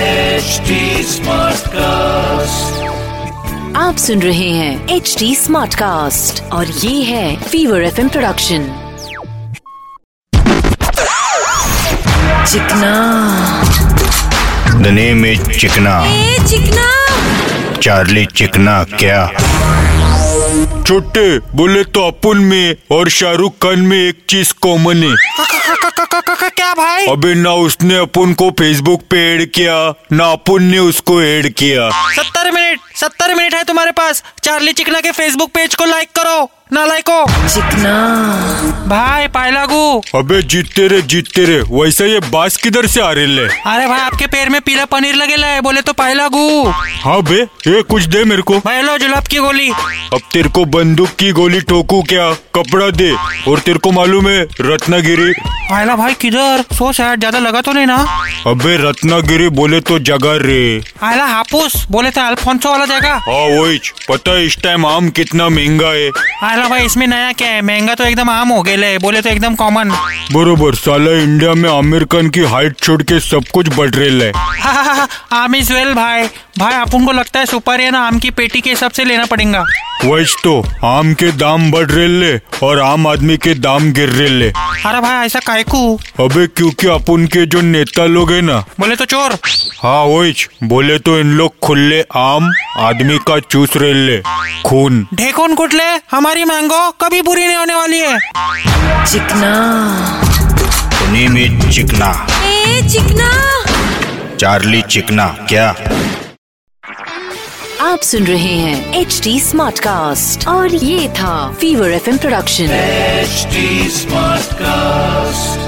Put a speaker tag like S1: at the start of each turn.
S1: HD Smart Cast
S2: आप सुन रहे हैं एच डी स्मार्ट कास्ट और ये है Fever F production Chikna
S3: the name is Chikna
S2: a Chikna
S3: Charlie Chikna क्या
S4: छोटे बोले तो अपुन में और शाहरुख खान में एक चीज कॉमन है
S5: क्या भाई
S4: अबे ना उसने अपुन को फेसबुक पे ऐड किया ना अपुन ने उसको ऐड किया
S5: सत्तर मिनट सत्तर मिनट है तुम्हारे पास चार्ली चिकना के फेसबुक पेज को लाइक करो ना लाइक हो
S2: चिकना
S5: भाई पायलागू
S4: अबे जीतते रे जीतते रे वैसा ये बास किधर से आ रही ले
S5: अरे भाई आपके पैर में पीला पनीर लगेला है बोले तो पायलागू
S4: हाँ बे ये कुछ दे मेरे को
S5: भाई लो जुलाब की गोली
S4: अब तेरे को बंदूक की गोली ठोकू क्या कपड़ा दे और तेरे को मालूम है रत्नागिरी
S5: पायला भाई किधर सो शायद ज्यादा लगा तो नहीं ना
S4: अबे रत्नागिरी बोले तो जगह रे
S5: आयला हापूस बोले तो अल्फोंसो वाला जगह
S4: हाँ वही पता है इस टाइम आम कितना महंगा है
S5: आयला भाई इसमें नया क्या है महंगा तो एकदम आम हो गए ले बोले तो एकदम कॉमन
S4: बरोबर साला इंडिया में आमिर खान की हाइट छोड़ के सब कुछ बढ़ रेल है
S5: आम इज वेल भाई भाई अपन को लगता है सुपर या ना आम की पेटी के हिसाब से लेना पड़ेगा
S4: वैस तो आम के दाम बढ़ रेले और आम आदमी के दाम गिर रेले
S5: अरे भाई ऐसा कायकू
S4: अबे क्योंकि अपन के जो नेता लोग है ना
S5: बोले तो चोर
S4: हाँ वैच बोले तो इन लोग खुले आम आदमी का चूस रेले खून
S5: ढेकुन कुटले हमारी मैंगो कभी बुरी नहीं होने वाली है
S2: Chikna
S3: the name is Chikna
S2: a Chikna
S3: Charlie Chikna क्या
S2: आप सुन रहे हैं एच डी स्मार्ट कास्ट और ये था Fever F production
S1: HD Smart cast